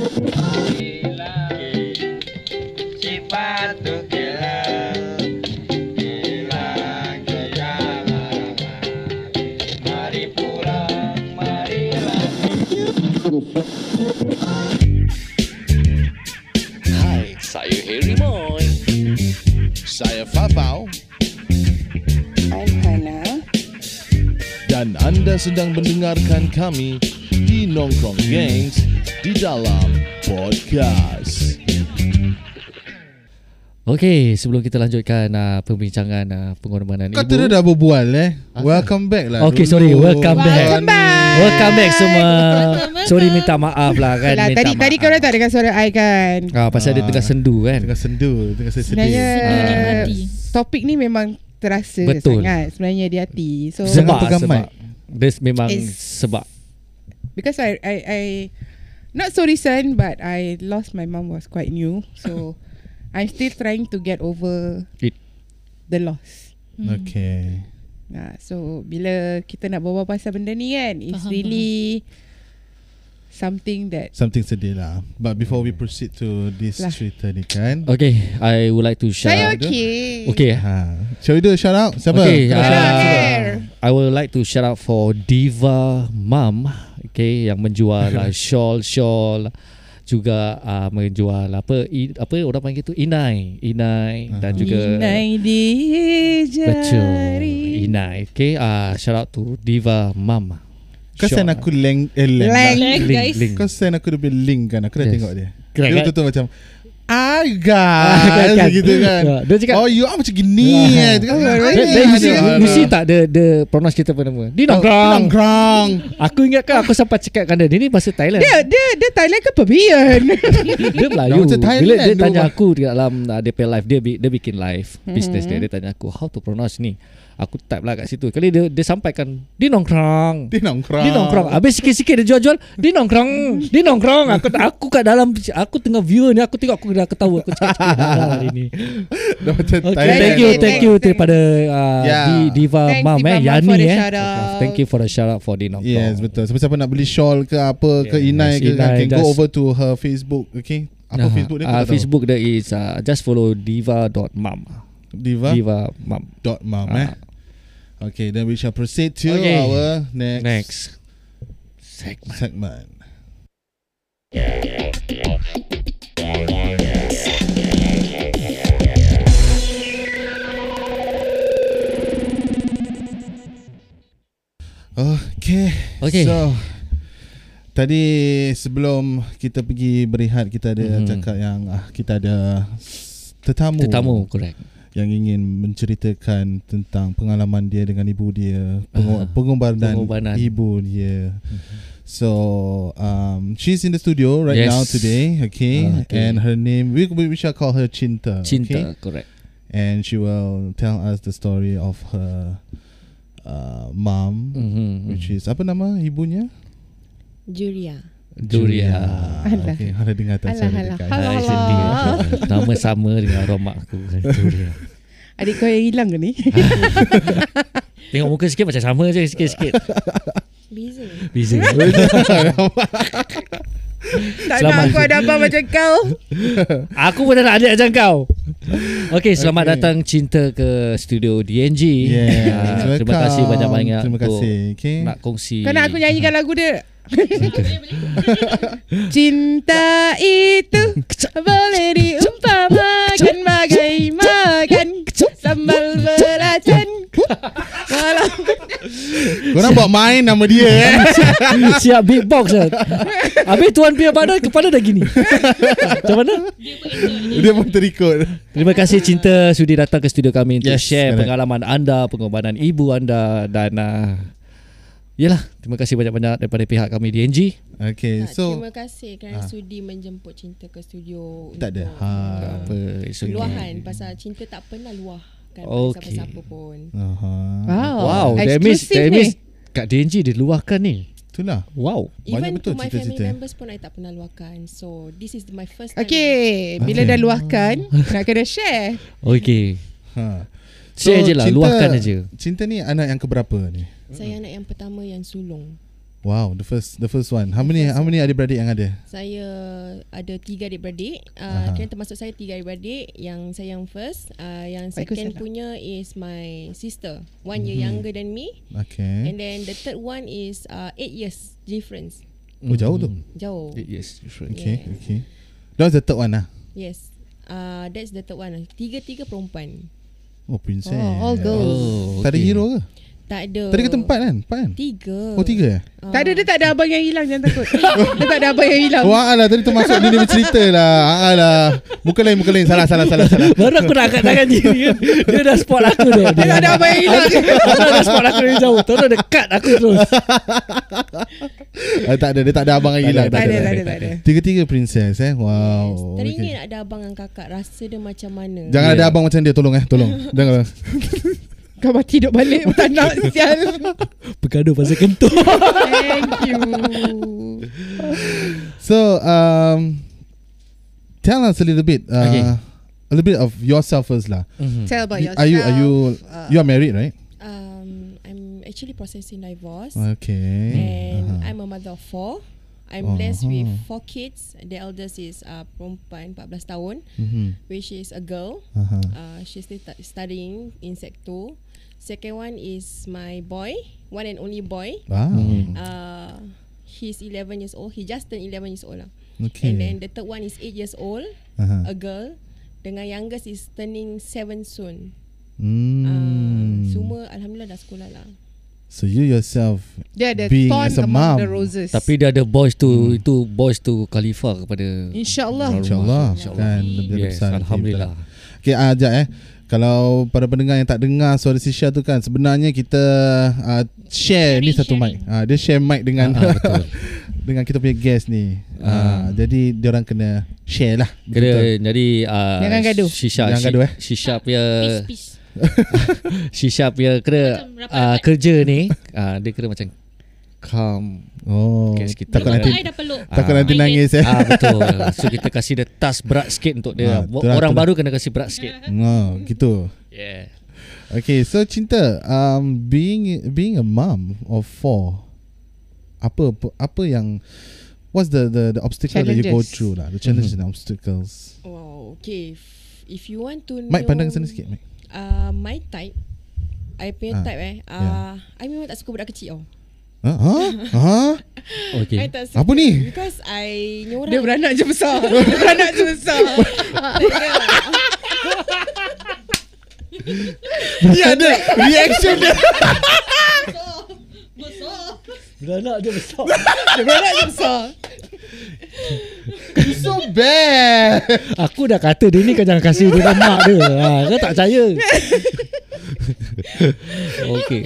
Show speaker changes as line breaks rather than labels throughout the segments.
Gila Sifat tu gila Gila gila Mari pulang, marilah
Hai, saya Harry Boy.
Saya Fafau
I'm Hannah.
dan anda sedang mendengarkan kami di Nongkrong Gangs di dalam podcast.
Okey, sebelum kita lanjutkan uh, perbincangan uh, pengorbanan
Kau
ibu.
tu dah berbual eh.
Ah.
Welcome back lah.
Okey,
dulu.
sorry. Welcome back.
Welcome back.
Welcome back semua. Sorry minta maaf lah kan.
Alah,
minta
tadi
maaf.
tadi kau tak dengar suara I kan.
Ah, pasal dia
Ah.
tengah sendu kan.
Tengah sendu, tengah sedih.
Sebenarnya
Ah.
topik ni memang terasa
Betul.
sangat sebenarnya di hati. So
Zem-
Sebab
pegang
sebab.
mic.
Dia memang
It's-
sebab.
because I I I not so recent but I lost my mum was quite new. So I'm still trying to get over
It.
the loss.
Hmm. Okay.
Nah, so bila kita nak berbual pasal benda ni kan, it's
Faham,
really something that
Something sedih lah. But before we proceed to this
Lah.
cerita ni kan.
Okay, I would like to shout
saya
out.
okay.
Okay.
Ha. Shall we do a shout out? Siapa?
Okay,
Kau
ah.
shout out siapa?
I would like to shout out for Diva Mom, okay, yang menjual uh, shawl-shawl juga uh, menjual apa i, apa orang panggil tu inai, inai uh-huh.
Ah.
dan juga
Inai di
Betul
jari.
Inai Okay uh, Shout out to Diva Mama
Kau send aku link eh, link.
Leng.
lah.
Leng, guys.
link.
Kau send aku dia punya link kan. Aku dah
Yes.
tengok dia.
Kan,
Dia
kan?
betul-betul macam Ah
kan,
guys
kan.
Gitu kan
Ya, dia cakap-
Oh you are macam gini
Ya.
eh. Dia cakap,
Then,
"Ah,
then you, see,
aduh,
you
aduh."
see tak The, the pronounce kita pun nama Di
Nongkrong
nongkrong
"Oh,
Aku ingatkan aku sampai cakap kan dia Dia ni bahasa Thailand
Dia dia dia Thailand ke Pavian?
Dia Melayu
Dia
Bila dia
macam Thailand tu,
tanya
bang.
aku Di dalam uh, dia punya live Dia, bi- dia bikin live Business dia Dia tanya aku How to pronounce ni Aku type lah kat situ Kali dia, dia sampaikan Di nongkrong
Dia nongkrong
Dia nongkrong Habis sikit-sikit dia jual-jual Dia nongkrong Dia nongkrong Aku aku kat dalam Aku tengah view ni Aku tengok aku dah ketawa Aku cakap cakap dah lah, hari ni
Dia macam
Okay,
Thailand
thank you,
Thanks,
thank you
thanks.
daripada uh,
Yeah.
Di, Diva
Thanks,
Mam
Diva
eh,
Mam
Yani
for the
eh.
shout out.
Thank you for the shout out for Di Nongkrong.
Yes betul Siapa-siapa nak beli shawl ke apa Ke
Yes,
Inai ke kan,
Inai
Can go
just-
over to her Facebook Okay Apa
Ah,
Facebook dia
ah,
Aku tak tahu.
Facebook dia is uh, just follow diva.mam.
Diva
Diva Mam.
Dot mom eh
Ah.
Okay then we shall proceed to
Okay.
Our next,
Next. Segment.
Segment Okay
Okay.
So Tadi sebelum kita pergi berehat Kita ada
Mhm.
mm-hmm. cakap yang ah, Kita ada s- tetamu
Tetamu correct.
Yang ingin menceritakan tentang pengalaman dia dengan ibu dia pengo-
Ah,
Pengorbanan
pengorbanan. Mm-hmm.
ibu dia So um, She's in the studio right
Yes.
now today okay?
Ah, okay.
And her name we, we shall call her Cinta okay?
Cinta correct.
And she will tell us the story of her uh, Mom
Mhm.
Which is apa nama ibunya?
Juria.
Julia.
Alah.
Okay, ada dengar tak
Alah,
suara
alah.
dekat.
Alah.
Hai sedih. Nama sama dengan romak aku Julia.
Adik kau yang hilang ke ni?
Tengok muka sikit macam sama je sikit-sikit.
Busy.
Busy.
tak nak
Selamat.
aku ada abang macam kau.
Aku pun tak nak adik macam kau Okay selamat okay. datang Cinta ke studio DNG
Yes,
Ah, Terima
welcome.
kasih banyak-banyak
Terima kasih. Okay.
Untuk nak kongsi
Kau nak aku nyanyikan lagu dia? Cinta itu boleh diumpamakan bagai makan sambal belacan. Walau
Korang buat main nama dia eh.
Siap beatbox lah Habis Tuan Pia pada Kepala dah gini Macam mana?
dia pun terikut.
Terima kasih Cinta Sudi datang ke studio kami Untuk
Yes,
share
correct.
pengalaman anda Pengorbanan ibu anda Dan uh, Yelah Terima kasih banyak-banyak Daripada pihak kami DNG
Okay,
Tak,
so
terima kasih kerana
Ah.
sudi menjemput cinta ke studio.
tak ada.
untuk
Ha.
Ah, Apa it's okay.
Luahan pasal cinta tak pernah luahkan
Okey.
okay. siapa-siapa pun.
Aha.
Wow, that means,
Exclusive
that
Oh, ni.
means Kat DNG dia luahkan ni
Itulah.
Wow
Banyak
Even
betul
to my family
cerita-cerita.
members pun I tak pernah luahkan. So this is my first time.
Okay, bila
Okay.
dah luahkan, nak kena share.
Okay
Ha.
Share je lah
Cinta-
Luahkan aja
Cinta ni anak yang keberapa ni?
Saya anak yang pertama yang sulung.
Wow, the first the first one. How many how many adik-beradik yang ada?
Saya ada tiga adik-beradik.
Aha.
Uh, kira termasuk saya tiga adik-beradik. Yang saya yang first. Uh, yang
Waalaikumsalam.
second punya is my sister. One
Mhm.
year younger than me.
Okay.
And then the third one is uh, eight years difference.
Oh jauh tu.
Hmm.
Jauh.
Mm. Yes, different.
Okay,
Yeah.
okay. That was the third one lah.
Yes. Uh, that's the third one. Tiga-tiga perempuan.
Oh, princess.
Oh, all girls.
Oh,
Tak ada
okay.
hero ke?
Tak ada.
Tadi kata empat kan? Empat kan?
Tiga.
Oh, tiga eh?
Ah.
Tak ada dia tak ada abang yang hilang jangan takut. dia tak ada abang yang hilang.
Oh, ah, lah. Tadi termasuk ni dia bercerita lah. Ah, lah. Muka lain, muka lain. Salah, salah, salah. salah.
Baru aku nak angkat tangan dia Dia, dia dah spot aku dah
Dia tak ada abang yang hilang.
Baru dah spot aku dari jauh Terus dia cut aku terus
Ah, tak ada, dia tak ada abang yang hilang.
tak ada, tak ada, tak ada.
Tiga-tiga princess eh. Wow.
Yes. Teringin
Okay.
nak ada abang dan kakak. Rasa dia macam mana.
Jangan
Yeah.
ada abang macam dia. Tolong eh. Tolong. Jangan.
Kau mati duduk balik Tak nak sial
Bergaduh pasal kentut
Thank you
So, um, tell us a little bit. Uh,
Okay.
A little bit of yourself first lah.
Mm-hmm.
Tell about yourself Uh,
Are you, are you,
uh,
you are married right?
Um, I'm actually processing divorce.
Oh, Okay.
and
Uh-huh.
I'm a mother of four. I'm
Oh,
blessed with
uh-huh.
four kids. The eldest is uh, perempuan 14 tahun,
Mhm.
which is a girl.
Uh-huh.
Uh, she's still ta- studying in sec 2. Second one is my boy, one and only boy.
Wow.
Mm-hmm.
Uh, he's 11 years old. He just turned 11 years old. lah.
Okay.
And then the third one is 8 years old,
Uh-huh.
a girl. Dengan youngest is turning 7 soon.
Mm.
Uh, semua Alhamdulillah dah sekolah lah.
So you yourself
Dia ada
Being
thorn
as a
among
mom.
the roses
Tapi dia ada boys
Hmm.
tu Itu boys tu Khalifa kepada
InsyaAllah
InsyaAllah
InsyaAllah.
kan lebih
Yes
besar
Alhamdulillah
Okay ah, sekejap eh Kalau para pendengar yang tak dengar suara Sisha tu kan Sebenarnya kita ah, share ni satu mic ah, Dia share mic dengan
Ah, ah, betul.
Dengan kita punya guest ni ah, Jadi diorang kena share lah
Kena jadi uh,
Jangan gaduh.
Shisha
Jangan gaduh, eh.
Shisha punya
Peace, peace.
Shisha punya kena
Macam kan? rapat-rapat.
uh, kerja ni uh, dia kena macam calm
Oh
Guest kita.
Takut
Belum
nanti
pun I dah peluk.
Takut
Ah.
nanti nangis eh
ah betul. So kita kasih dia task berat sikit untuk dia.
Ah, betul lah,
Orang
betul
baru kena kasih berat sikit.
oh, Gitu
lah.
Yeah.
Okay so Cinta um, Being being a mum of four Apa apa yang What's the the, the obstacle that you go
Challenges.
through lah The challenges
Mm-hmm.
and obstacles
Wow, okay. If, if you want to know...
Mike pandang sana sikit Mike
uh, my type I punya
Ah,
type eh uh, I memang tak suka budak kecil oh.
Ha? Ha? ha?
I
Okay.
tak suka
Eh, Apa ni?
Because I ni orang
Dia beranak je besar Dia beranak je besar
Dia ada reaction dia
Beranak dia besar.
Dia beranak je besar
So bad
Aku dah kata dia ni kau jangan kasih dia dengan mak dia. Ha, kau tak percaya. okay.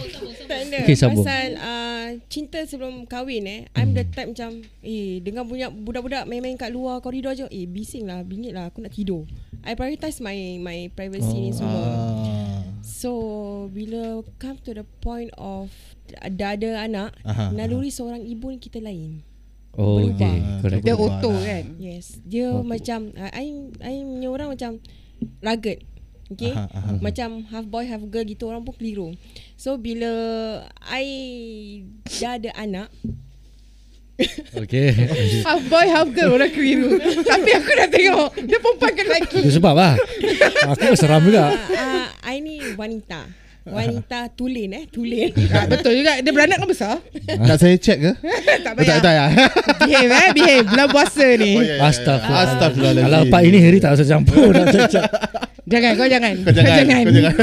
tak ada
Okay, sambung.
Pasal uh, cinta sebelum kahwin eh I'm the type macam Eh dengan punya budak-budak main-main kat luar koridor je Eh bising lah bingit lah aku nak tidur I prioritize my my privacy oh, ni semua
Ah.
So bila come to the point of Dah ada anak
Aha,
uh-huh. Naluri seorang ibu ni kita lain
Oh, okay. Correct.
Dia auto kan
Yes, dia
Oh,
oh,
tu.
macam I I punya orang macam rugged. Okay
Aha,
aha,
aha.
aha. Macam half boy half girl gitu orang pun keliru. So bila I dah ada anak,
Okay.
Half boy half girl Orang keliru Tapi aku dah tengok Dia perempuan ke lelaki
Itu sebab lah. Aku pun seram juga.
ah, ah, I ni wanita. Wanita tulen eh, tulen.
Ah, Betul juga Dia beranak kan besar
Ah. Nak saya check ke?
Tak
Oh, tak,
payah
tak ya.
Behave eh Behave Bulan puasa ni
Astagfirullah.
Astagfirullahaladzim.
Kalau pak ini hari tak usah campur nak cakap.
Jangan kau jangan
ya.
Kau jangan, kau jangan.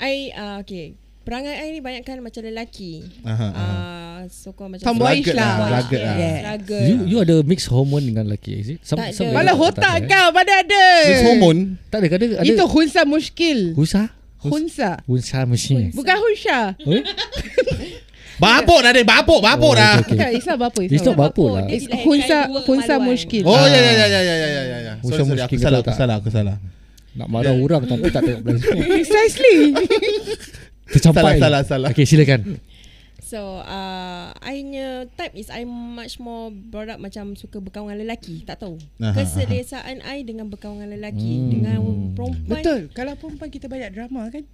I uh, okay. Perangai I ni banyakkan macam lelaki.
Aha, aha.
Uh, so kau macam
Tomboyish
Rugged lah,
lah
Ah, rugged lah.
Yes.
Rugged.
You you ada mix hormone dengan lelaki is it?
Tak ada.
ada
Malah
tak
otak
kan?
eh?
kau Mana ada
Mix hormon.
Tak ada ada ada.
Itu hunsa muskil
Husa?
Hunsa
Hunsa machine.
Bukan hunsa
Eh?
Babuk dah dia, babuk, babuk
Oh,
dah.
okay, okay.
Bukan It's not apa-apa
It's not apa lah.
Dia
It's
dilahirkan
hunsa
dua
hunsa
kemaluan.
muskil
Oh ya ya ya ya ya ya ya ya.
Usah
Sorry, sorry, aku
mungkin kau
salah, aku
tak-
salah, aku salah.
Nak marah orang tapi tak tengok belakang.
Precisely
Tercampai.
Salah, salah, salah.
Okay, silakan.
So So uh, I punya type is I much more brought up macam suka berkawan dengan lelaki Tak tahu
Aha, aha.
Keselesaan I dengan berkawan dengan lelaki
Hmm.
hmm. Dengan perempuan
Betul. Kalau perempuan kita banyak drama kan.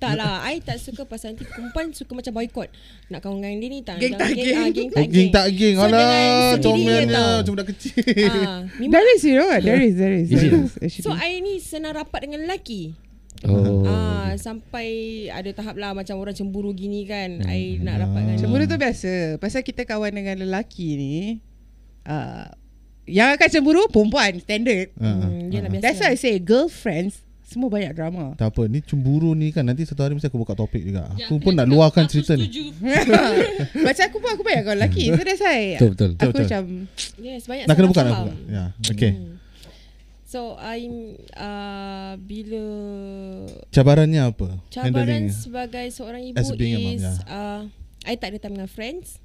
Tak lah I tak suka pasal nanti perempuan suka macam boycott Nak kawan dengan dia ni tak
Geng tak
jangan
geng.
ah, geng tak
Oh, Geng tak geng
So,
Alah
dengan sendiri dia
Comelnya
tau.
Macam budak kecil
Ah, memang-
There is, you know what? There is, there is.
Is it?
There is actually.
So I ni senang rapat dengan lelaki
Oh.
Ah sampai ada tahap lah macam orang cemburu gini kan.
Hmm,
I nak rapatkan.
Cemburu tu biasa. Pasal kita kawan dengan lelaki ni, uh, yang akan cemburu perempuan standard.
Ah, ah.
Hmm, yalah biasa.
That's why I say girlfriends semua banyak drama.
Tak apa Ni cemburu ni kan Nanti satu hari Mesti aku buka topik juga
Ya,
Aku pun nak luahkan cerita ni
macam aku pun aku banyak kawan lelaki. So that's why
Betul, betul.
aku
Betul, betul.
macam
Yes, banyak
Nak kena
salah
buka Nak
faham.
buka Ya Okay
Hmm. So I'm uh, bila
Cabarannya apa?
cabaran
Handling-
sebagai seorang ibu
As being a mum, ya.
is
yeah.
uh, I tak ada time dengan friends.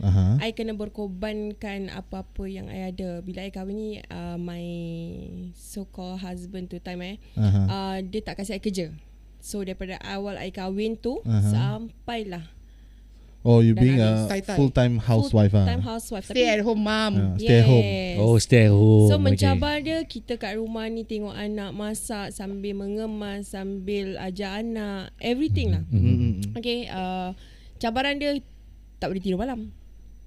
Aha.
I kena berkorbankan apa-apa yang I ada. Bila I kahwin ni uh, my so called husband tu time eh
Aha.
uh, dia tak kasi I kerja. So daripada awal I kahwin tu
Aha.
uh-huh. sampailah
Oh you
dan
being
ada
a
tai-tai.
Full-time housewife ah.
Time housewife
stay at home mom.
Ah, Stay at home
Yes.
Oh, stay at home.
So mencabar dia Kita kat rumah ni Tengok anak masak Sambil mengemas Sambil ajar anak Everything lah
Mm, mm, mm.
Okay uh, Cabaran dia Tak boleh tidur malam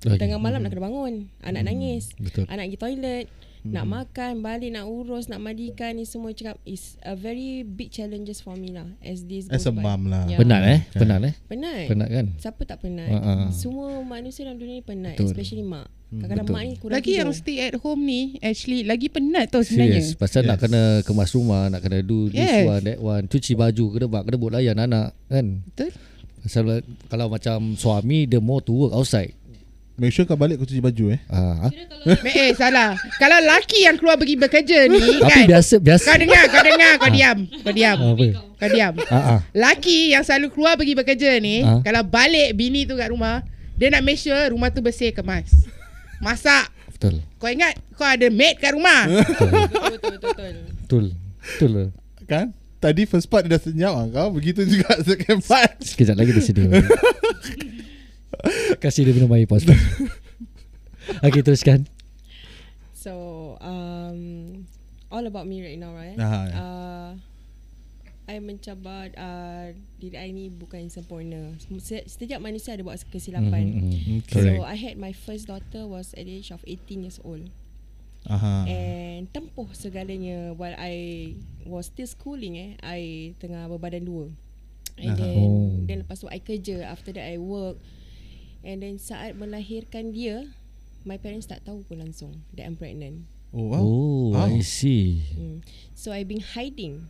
Okay.
Tengah malam
Hmm.
nak kena bangun Anak nangis
Betul.
Anak pergi toilet Nak
Hmm.
makan Balik nak urus Nak mandikan Ni semua cakap Is a very big challenges for me lah As this
As
goes
a
by.
mum lah.
yeah.
Penat eh?
Okay.
Penat eh?
Penat
Penat kan?
Siapa tak
Ha,
penat
Ah, ah.
Semua manusia dalam dunia ni penat
Betul.
Especially mak
Hmm,
Kadang-kadang
betul.
mak ni kurang
Lagi
tidur
yang stay at home ni actually lagi penat tau sebenarnya.
Serius Pasal yes. nak
Yes.
kena kemas rumah Nak kena do this yes.
Yes.
one that one Cuci baju Kena buat Kena buat layan anak Kan
Betul?
Pasal kalau macam suami Dia more to work outside
Make sure kau balik kau cuci baju eh.
Ah,
eh salah. Kalau lelaki yang keluar pergi bekerja ni kan.
Tapi biasa biasa. Ah,
Kau dengar, kau dengar, kau diam. Kau diam.
Apa?
Kau diam.
Ah ah.
Laki yang selalu keluar pergi bekerja ni
Ah.
Kalau balik bini tu kat rumah Dia nak make sure rumah tu bersih kemas Masak
Betul.
Kau ingat kau ada maid kat rumah
Betul-betul
Betul. Betul. lah.
Kan? Tadi first part dia dah senyap ah kau. Begitu juga second part.
Sekejap lagi dia sedih. Kasih dia minum air pas. Okey teruskan.
So um, All about me right now right
Aha, ya.
uh, I mencabar uh, Diri I ni bukan sempurna Se- Setiap manusia ada buat kesilapan mm-hmm.
Hmm, Correct.
So I had my first daughter Was at the age of 18 years old
Aha.
And tempuh segalanya While I was still schooling eh I tengah berbadan dua And
Aha.
then
Oh.
Then lepas tu I kerja After that I work And then saat melahirkan dia My parents tak tahu pun langsung That I'm pregnant
Oh wow.
Oh,
Wow.
I see.
Mm. So I've been hiding.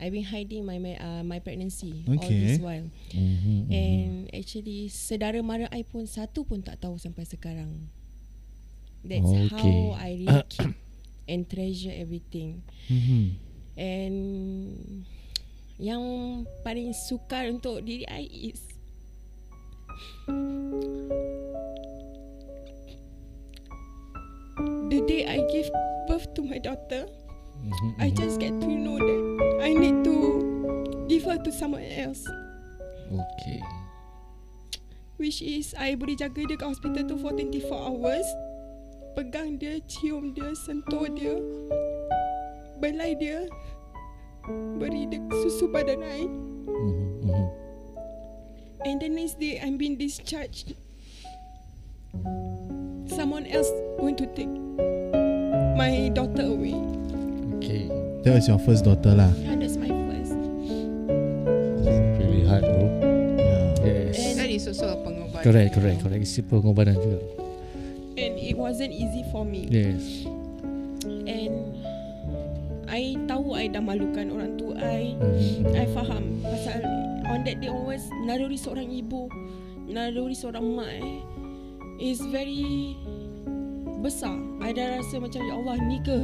I've been hiding my my, uh, my pregnancy all
Okay.
this while.
Mhm.
And actually saudara mara I pun satu pun tak tahu sampai sekarang. That's
Okay.
how I really keep and treasure everything.
Mm-hmm.
And yang paling sukar untuk diri I is the day I gave birth to my daughter.
mm-hmm,
I just get to know that I need to give her to someone else.
mm-hmm. Okay.
Which is I boleh jaga dia kat hospital tu for 24 hours Pegang dia, cium dia, sentuh dia Belai dia Beri dia susu badan I
Mhm, mhm.
And the next day I'm being discharged Someone else going to take my daughter away
Okay.
That was your first daughter lah.
And that's my first
Really hard bro.
Yeah.
oh. Yes.
That is also a pengorbanan
Correct, correct, correct. Isi pengorbanan juga.
And it wasn't easy for me
Yes.
And I tahu I dah malukan orang tua I
Mhm.
I faham Pasal On that day onwards Naluri seorang ibu Naluri seorang mak eh Is very Besar I dah rasa macam Ya Allah ni ke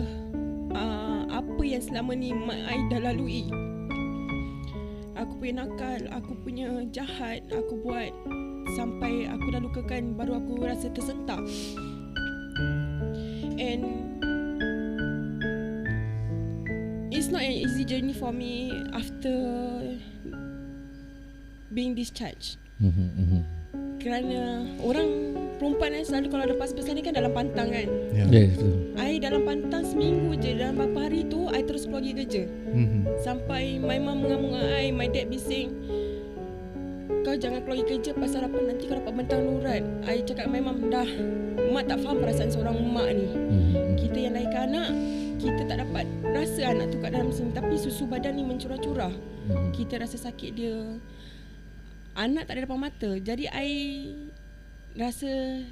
uh, Apa yang selama ni Mak I dah lalui Aku punya nakal Aku punya jahat Aku buat Sampai aku dah lukakan Baru aku rasa tersentak And it's not an easy journey for me after being discharged
Mhm, mhm.
kerana orang perempuan kan selalu kalau lepas besar ni kan dalam pantang kan.
Yeah.
Yes, betul.
I dalam pantang seminggu je dalam beberapa hari tu I terus keluar pergi kerja.
Mhm.
Sampai my mum mengamuk dengan I, my dad bising. Kau jangan keluar pergi kerja pasal apa nanti kau dapat bentang urat. I cakap my mum dah. Mak tak faham perasaan seorang mak ni.
Mhm.
Kita yang lahirkan anak, kita tak dapat rasa anak tu kat dalam sini tapi susu badan ni mencurah-curah. Kita rasa sakit dia. Anak tak ada depan mata. Jadi I rasa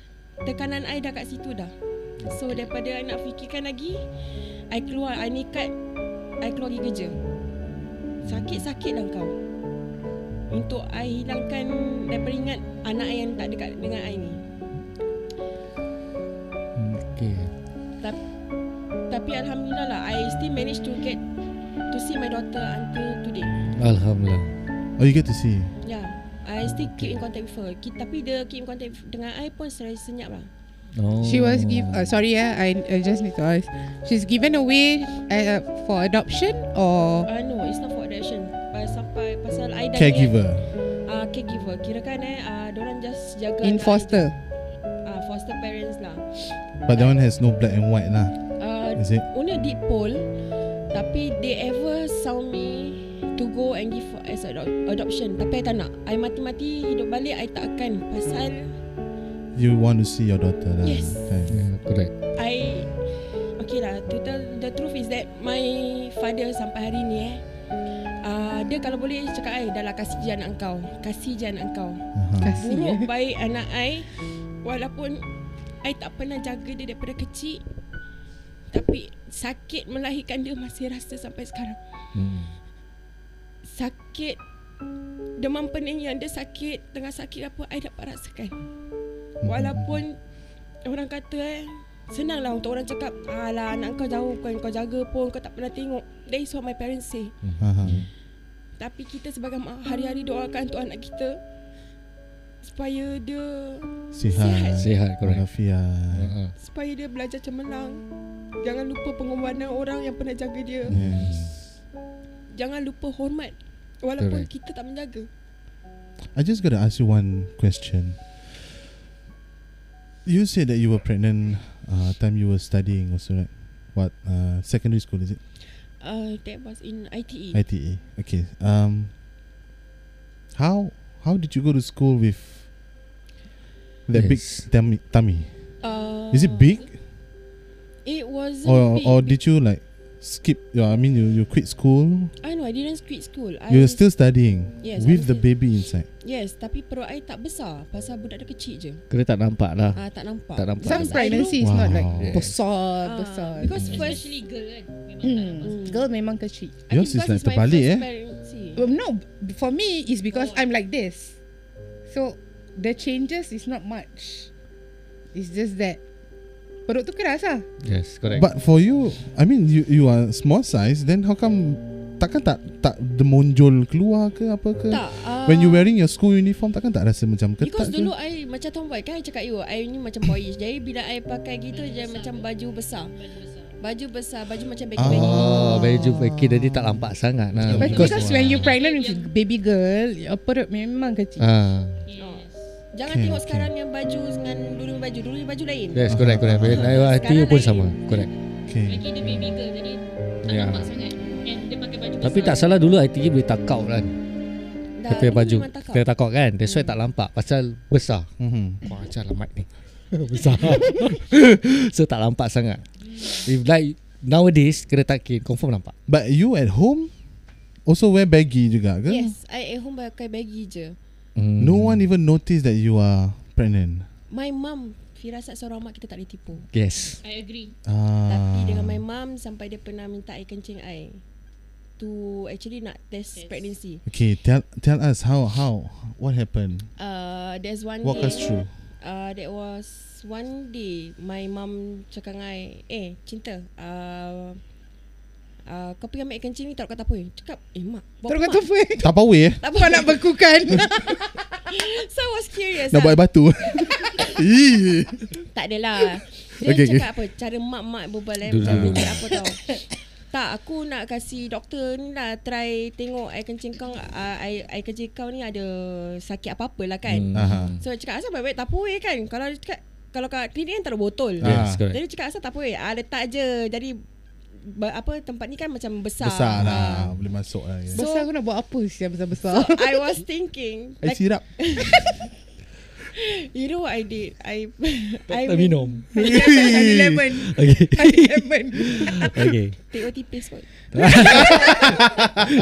tekanan I dah kat situ dah. So daripada I nak fikirkan lagi, I keluar, I nekat, I keluar pergi kerja. Sakit-sakit lah kau. Untuk I hilangkan daripada ingat anak I yang tak dekat dengan I ni.
Okay.
Tapi, tapi Alhamdulillah lah, I still manage to get to see my daughter until today.
Alhamdulillah.
Oh, you get to see.
Yeah, I still keep in contact with her. Ki- tapi dia keep in contact dengan I pun serai senyap lah.
Oh.
She was give uh, sorry yeah, I, I just need to ask. She's given away uh, for adoption or
Uh, no, it's not for adoption. Uh, sampai pasal I dah
Caregiver.
Ah, uh, caregiver. Kirakan eh, ah uh, orang just jaga
in
anak
foster?
I- Ah, uh, foster parents lah.
But that one has no black and white lah.
Uh,
Is it?
only a deep poll, tapi they ever sound me to go and give for- as ado- adoption. Tapi I tak nak. I mati-mati hidup balik I tak akan pasal
You want to see your daughter lah.
Yes.
Kan?
Yeah, correct.
I Okay lah To tell the truth is that My father sampai hari ni eh uh, Dia kalau boleh cakap I Dah lah kasih je anak kau Kasih je anak
Ah.
kau
Uh-huh.
Kasih. eh.
Buruk baik anak I Walaupun I tak pernah jaga dia daripada kecil Tapi sakit melahirkan dia Masih rasa sampai sekarang
Hmm.
Sakit Demam pening yang dia sakit Tengah sakit apa I dapat rasakan Walaupun orang kata eh Senanglah untuk orang cakap Alah anak kau jauh kan kau jaga pun kau tak pernah tengok That is what my parents say
Uh-huh.
Tapi kita sebagai mak hari-hari doakan untuk anak kita Supaya dia
Sihat.
Sihat, correct.
Afiat.
Uh-huh.
Supaya dia belajar cemerlang Jangan lupa pengorbanan orang yang pernah jaga dia
Yes.
Jangan lupa hormat Walaupun
Correct.
kita tak menjaga
I just gotta ask you one question. You said that you were pregnant uh, time you were studying also, right? What uh, secondary school is it?
uh, That was in E. ITE
ITE. Okay. Um. How how did you go to school with that big
Yes.
tummy? tummy?
uh,
Is it big
It wasn't
or
big
or did you like skip? Your, I mean, you you quit school.
I know I didn't quit school I
You're
was-
still studying
Yes,
with the
I'm
baby inside.
Yes, tapi perut I tak besar pasal budak dia kecil je.
Kena tak nampak lah.
Ah uh, tak nampak.
Tak nampak. lah.
Some
Because I
pregnancy is
Wow.
not like
Yeah.
besar
Ah,
besar.
because first
Especially girl kan Memang tak
Hmm.
lepas
girl memang kecil.
I think
Yours is
because
like
it's my
terbalik
first
eh.
pregnancy.
Well, Um, no, for me it's because I'm like this. So the changes is not much. It's just that perut tu keras lah.
Yes, correct.
But for you, I mean, you you are small size. Then how come takkan tak tak demonjol keluar ke apa ke?
Tak. Uh,
When you wearing your school uniform, takkan tak rasa macam ketat
Because
ke?
dulu I macam tomboy kan I cakap you I ni macam boyish Jadi bila I pakai gitu je macam baju besar Baju besar Baju macam
Ah,
baggy-baggy
Oh, baju fikir jadi tak nampak sangat lah.
But
Because,
because, when you pregnant with baby girl, your perut memang kecil.
ah,
Jangan
Okay,
tengok
okay.
sekarang yang baju dengan dulu punya baju Dulu punya baju lain
yes, correct, correct. When I hati you pun sama, correct.
Okay.
Lagi dia baby girl Jadi tak
Ya.
nampak sangat And dia pakai baju
Tapi
besar.
tak salah dulu ITE boleh takau kan.
Dah,
Dia punya
dulu
baju.
memang takau.
Dia takau kan. That's why tak nampak pasal besar.
Mm-hmm.
Wah, macam lah mic ni. besar. so tak nampak sangat. If like nowadays kena takin confirm nampak.
But you at home also wear baggy juga ke?
Yes I at home pakai baggy je
Hmm.
No one even noticed that you are pregnant.
My mum Firasat seorang mak kita tak boleh tipu
Yes.
I agree
Ah.
Tapi dengan my mum sampai dia pernah minta air kencing I to actually nak test
Test.
pregnancy.
Okay, tell tell us how how what happened.
Uh, there's one
Walk
day.
us through.
Uh, that was one day my mum cakap dengan I, eh cinta, uh, uh, kau pergi ambil air kencing ni taruh kat tapoi. Cakap, eh mak, buat
Perut
apa
kau tu
mak?
pun
Tak apa weh.
Tak
kau
apa
nak bekukan.
So I was curious.
Nak
lah.
buat batu. Ih.
Tak adalah Dia
Okay,
okay, cakap apa Cara mak-mak berbual eh
Dulu,
Macam
dulu.
dia cakap apa tau Tak, aku nak kasi doktor ni lah try tengok air kencing kau, uh, air, air kencing kau ni ada sakit apa-apa lah kan.
Hmm.
Hmm.
Aha.
So dia cakap asal baik-baik tak apa kan. Kalau dia cakap kalau kat klinik kan tak ada botol.
Ah.
Yes, correct.
Jadi dia cakap asal tak apa ah, letak je. Jadi ber, apa tempat ni kan macam besar.
Besar lah
Ah.
Boleh masuk lah yeah.
So-
Besar aku nak buat apa sih yang
So
besar-besar?
I was thinking
Air Eh,
like,
sirap
You know what I did I I
Tak minum.
Honey lemon.
Okay.
Honey lemon.
okay.
Tengok tipis kot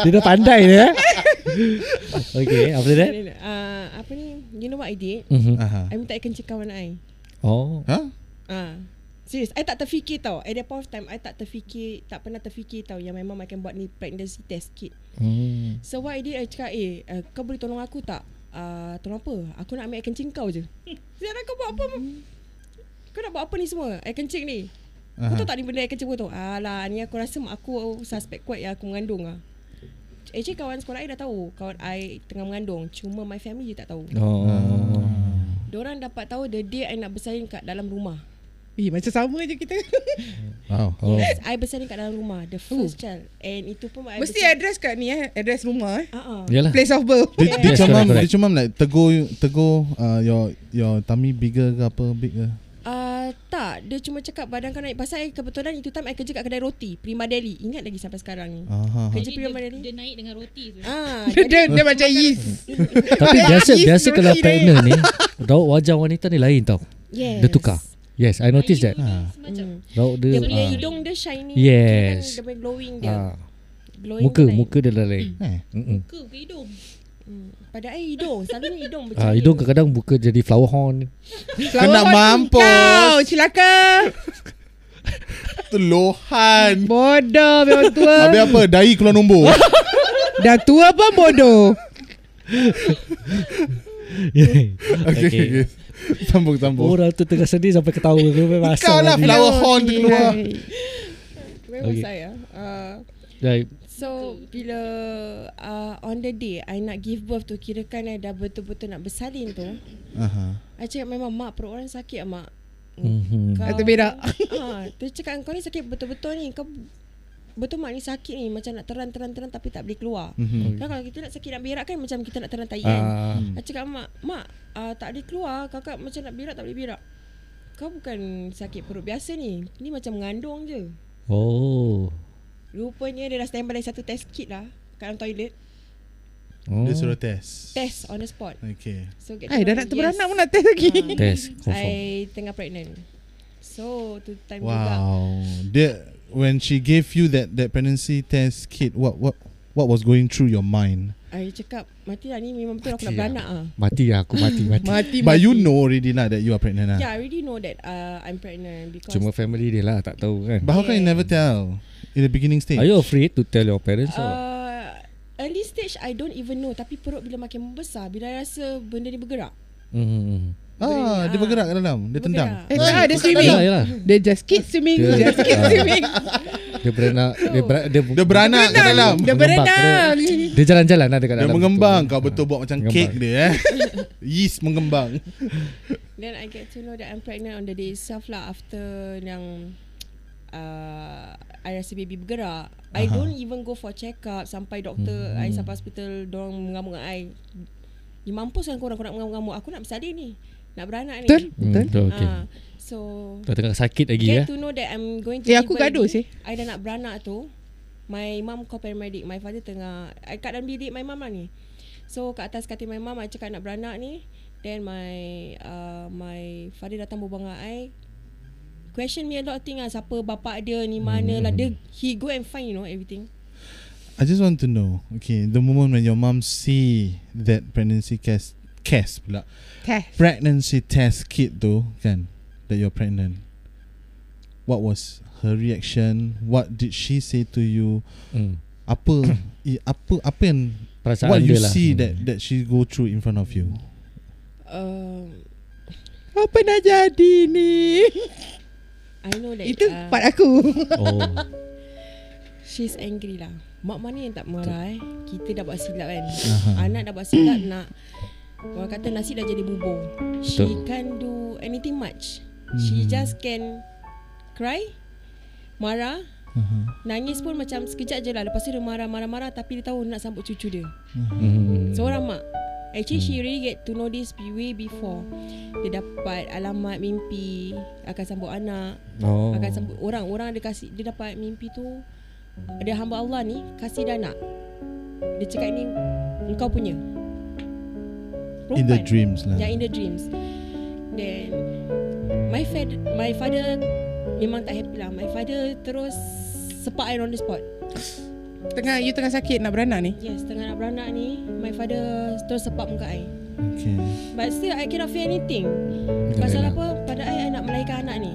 Dia dah pandai dia. eh. okay, after that.
uh, Apa ni You know what I did
Mm-hmm.
Aha.
I minta air kencing kawan I
Oh.
Ha?
Ah, Serius I tak terfikir tau At that point of time I tak terfikir Tak pernah terfikir tau Yang memang I can buat ni Pregnancy test kit
Hmm.
So what I did I cakap Eh uh, kau boleh tolong aku tak uh, Tolong apa Aku nak ambil air kencing kau je Zara kau buat apa Kau nak buat apa ni semua Air kencing ni Kau
Aha.
tahu tak ni benda air kencing apa tu Alah ni aku rasa mak aku Suspek kuat yang aku mengandung lah Actually kawan sekolah I dah tahu Kawan I tengah mengandung Cuma my family je tak tahu
Oh.
Diorang dapat tahu The day I nak bersalin kat dalam rumah
Eh macam sama je kita.
Wow.
Oh.
Yes, I bersalin kat dalam rumah The first child And itu pun I
Mesti
bersalin-
address kat ni eh. Address rumah eh.
Ah, ah.
Yalah.
Place of birth.
Dia, dia
Yes, correct,
cuma
correct.
dia cuma like tegur tegur uh, your your tummy bigger ke apa big ke.
Uh, tak, dia cuma cakap badan kau naik Pasal I kebetulan itu time I kerja kat kedai roti Prima Deli, ingat lagi sampai sekarang ni
Ah.
Aha.
Kerja
Jadi
Prima
dia,
Deli
dia naik dengan roti tu.
Ah,
Dia,
jadi-
dia, dia macam yeast.
Tapi
Yes,
biasa
yes,
biasa kalau
roti
pregnant ni, raut wajah wanita ni lain tau.
yes.
Dia tukar. Yes, I noticed that.
Semacam
Raut
Dia
dia.
punya
ah.
hidung dia shiny
Yes.
Dia punya glowing dia
Ah.
glowing
Muka
dia lain.
muka dia dah lain.
Eh.
Mm-mm.
ke ke hidung.
Hmm. Pada I hidung, selalunya hidung
Ah,
bercahaya
hidung kadang-kadang buka jadi flower horn.
Flower pot
mampus.
Kau celaka.
Telohan.
Bodoh memang tua.
Habis apa? Dai keluar nombor.
Dah tua pun bodoh.
okay, okay. Sambung sambung.
Orang tu tengah sedih sampai ketawa ke memang asal
Kau lah
tadi.
flower horn tu keluar.
Where
Okay.
was I ah? Uh,
Like,
so bila uh, on the day I nak give birth tu Kirakan I dah betul-betul nak bersalin tu
Aha.
I cakap memang mak perut orang sakit ah, mak
mhm.
Kau-
Atau berak.
Ah, dia cakap kau ni sakit betul-betul ni. Kau betul mak ni sakit ni macam nak teran-teran-teran tapi tak boleh keluar.
Mhm.
Kan kalau kita nak sakit nak berak kan macam kita nak teran tai kan.
Ah,
Dia cakap mak, mak uh, tak boleh keluar, kakak macam nak berak tak boleh berak. Kau bukan sakit perut biasa ni. Ni macam mengandung je.
oh.
Rupanya dia dah standby lagi satu test kit lah kat dalam toilet.
oh.
Dia suruh test.
Test on the spot.
Okay.
So get
Ay, Eh, dah
to know,
nak terberanak pun nak test lagi.
Ah,
Test confirm.
I tengah pregnant. So tu time juga.
Wow. Dia when she gave you that that pregnancy test kit, what what what was going through your mind?
I cakap mati lah ni memang betul aku
Mati lah.
nak beranak ah.
Mati lah aku mati mati.
Mati
But you know already lah that you are pregnant lah.
Yeah, I already know that uh, I'm pregnant because
Cuma family dia lah tak tahu kan.
But how come you never tell in the beginning stage?
Are you afraid to tell your parents or?
uh, early stage I don't even know tapi perut bila makin membesar bila I rasa benda ni bergerak.
Mhm.
Ah, dia
Ah.
bergerak kat dalam. Dia
Bergerak.
tendang.
Eh, tak, ah, dia
Yalah
swimming.
yalah.
Dia just keep swimming.
lah. Dia-
Just keep
Ah.
swimming.
Dia beranak dia ber, dia,
Dia beranak kat dalam.
Dia
Mengembang.
berenang.
Dia jalan-jalan lah dekat
Dia
dalam.
mengembang.
tu.
Kau betul buat macam
Mengembang.
kek dia eh. Yeast mengembang.
Then I get to know that I'm pregnant on the day itself lah after yang uh, I rasa baby bergerak. I
Aha.
don't even go for check up sampai doktor
Hmm.
I sampai hospital dorang mengamuk dengan I. You mampus kan korang korang nak mengamuk-ngamuk. Aku nak bersalin ni. Nak beranak ni.
Betul?
Hmm,
Betul?
betul, okay.
Ah, so
Tak tengah sakit lagi ya.
Get to know that I'm going to
Eh, aku
give birth
gaduh,
ni.
sih.
I dah nak beranak tu My mum call paramedic My father tengah I kat dalam bilik my mum lah ni So kat atas katil my mum I cakap nak beranak ni Then my uh, My father datang berbual dengan I Question me a lot of thing lah Siapa bapak dia ni mana lah Dia He go and find you know everything
I just want to know. Okay, the moment when your mom see that pregnancy test test pula.
Test.
Pregnancy test kit tu kan that you're pregnant. What was her reaction? What did she say to you?
Hmm.
Apa i- apa apa yang
Perasaan
what
dia
you
lah.
see
Hmm.
that that she go through in front of you?
um,
Apa nak jadi ni?
I know that
Itu
uh,
part aku.
Oh.
She's angry lah Mak mana yang tak marah eh Kita dah buat silap kan Anak dah buat silap nak Orang kata nasi dah jadi bubur She
Betul. Hmm.
can't do anything much She just can Cry Marah
Uh-huh.
Nangis pun macam sekejap je lah Lepas tu dia marah-marah-marah Tapi dia tahu nak sambut cucu dia
Hmm.
Seorang mak Actually she already get to know this way before Dia dapat alamat mimpi Akan sambut anak
oh.
oh. Akan sambut orang Orang dia kasih Dia dapat mimpi tu Ada hamba Allah ni Kasih dia anak Dia cakap ni Engkau punya
In the
Perempuan.
dreams lah.
Yeah, in the dreams. Then my fed, my father memang tak happy lah. My father terus sepak I on the spot.
Tengah you tengah sakit nak beranak ni.
Yes, tengah nak beranak ni, my father terus sepak muka I.
Okay.
But still I cannot feel anything.
Hmm.
Pasal apa? Pada I I nak melahirkan anak ni.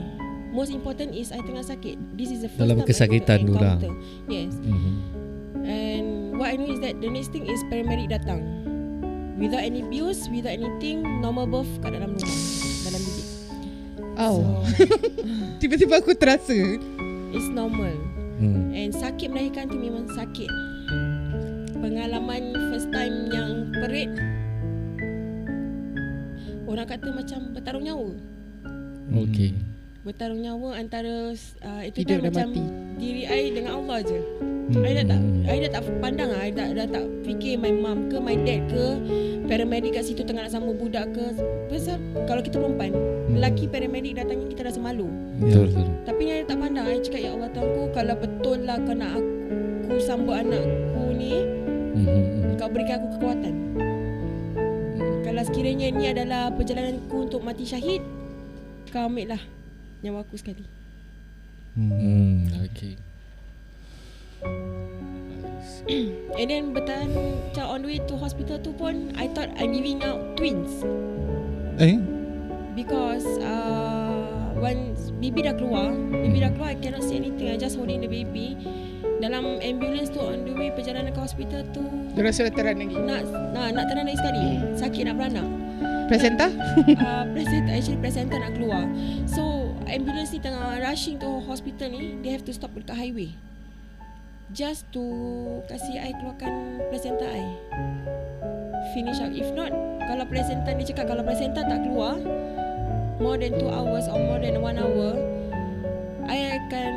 Most important is I tengah sakit. This is the first
Dalam
time I
kesakitan
gonna
tu lah.
encounter. Yes.
Mhm.
And what I know is that the next thing is paramedic datang. Without any bills, without anything, normal birth kat dalam rumah, dalam bilik.
Oh.
So,
Tiba-tiba aku terasa.
It's normal
Hmm.
And sakit melahirkan tu memang sakit Pengalaman first time yang perit Orang kata macam bertarung nyawa
Okay.
Bertarung nyawa antara uh, Itu
Hidup dan
dah macam
mati.
diri I dengan Allah je
Hmm.
I dah tak I dah tak pandang lah I dah, dah tak fikir my mom ke my dad ke Paramedic kat situ tengah nak sambung budak ke Pasal kalau kita perempuan
Hmm.
Lelaki paramedic datangnya kita rasa malu
Betul betul.
Tapi ni I tak pandang I cakap Ya Allah Tuhanku Kalau betul lah kau nak aku Sambut anakku ni
Mhm, mhm.
Kau berikan aku kekuatan Hmm, Kalau sekiranya ni adalah Perjalananku untuk mati syahid Kau ambil lah Nyawa aku sekali
Mm-hmm.
Hmm. Okay.
And then bertahan Macam on the way to hospital tu pun I thought I'm giving out twins
Eh?
Because uh, Once baby dah keluar Baby dah keluar I cannot say anything I just holding the baby Dalam ambulance tu On the way perjalanan ke hospital tu
Dia rasa dah terang lagi.
nak nak, nak tanah naik sekali sakit nak beranak
Presenta?
uh, placenta actually placenta nak keluar so ambulance ni tengah rushing to hospital ni they have to stop dekat highway just to kasih I keluarkan placenta I finish up if not kalau placenta ni cakap kalau placenta tak keluar more than 2 hours or more than 1 hour I akan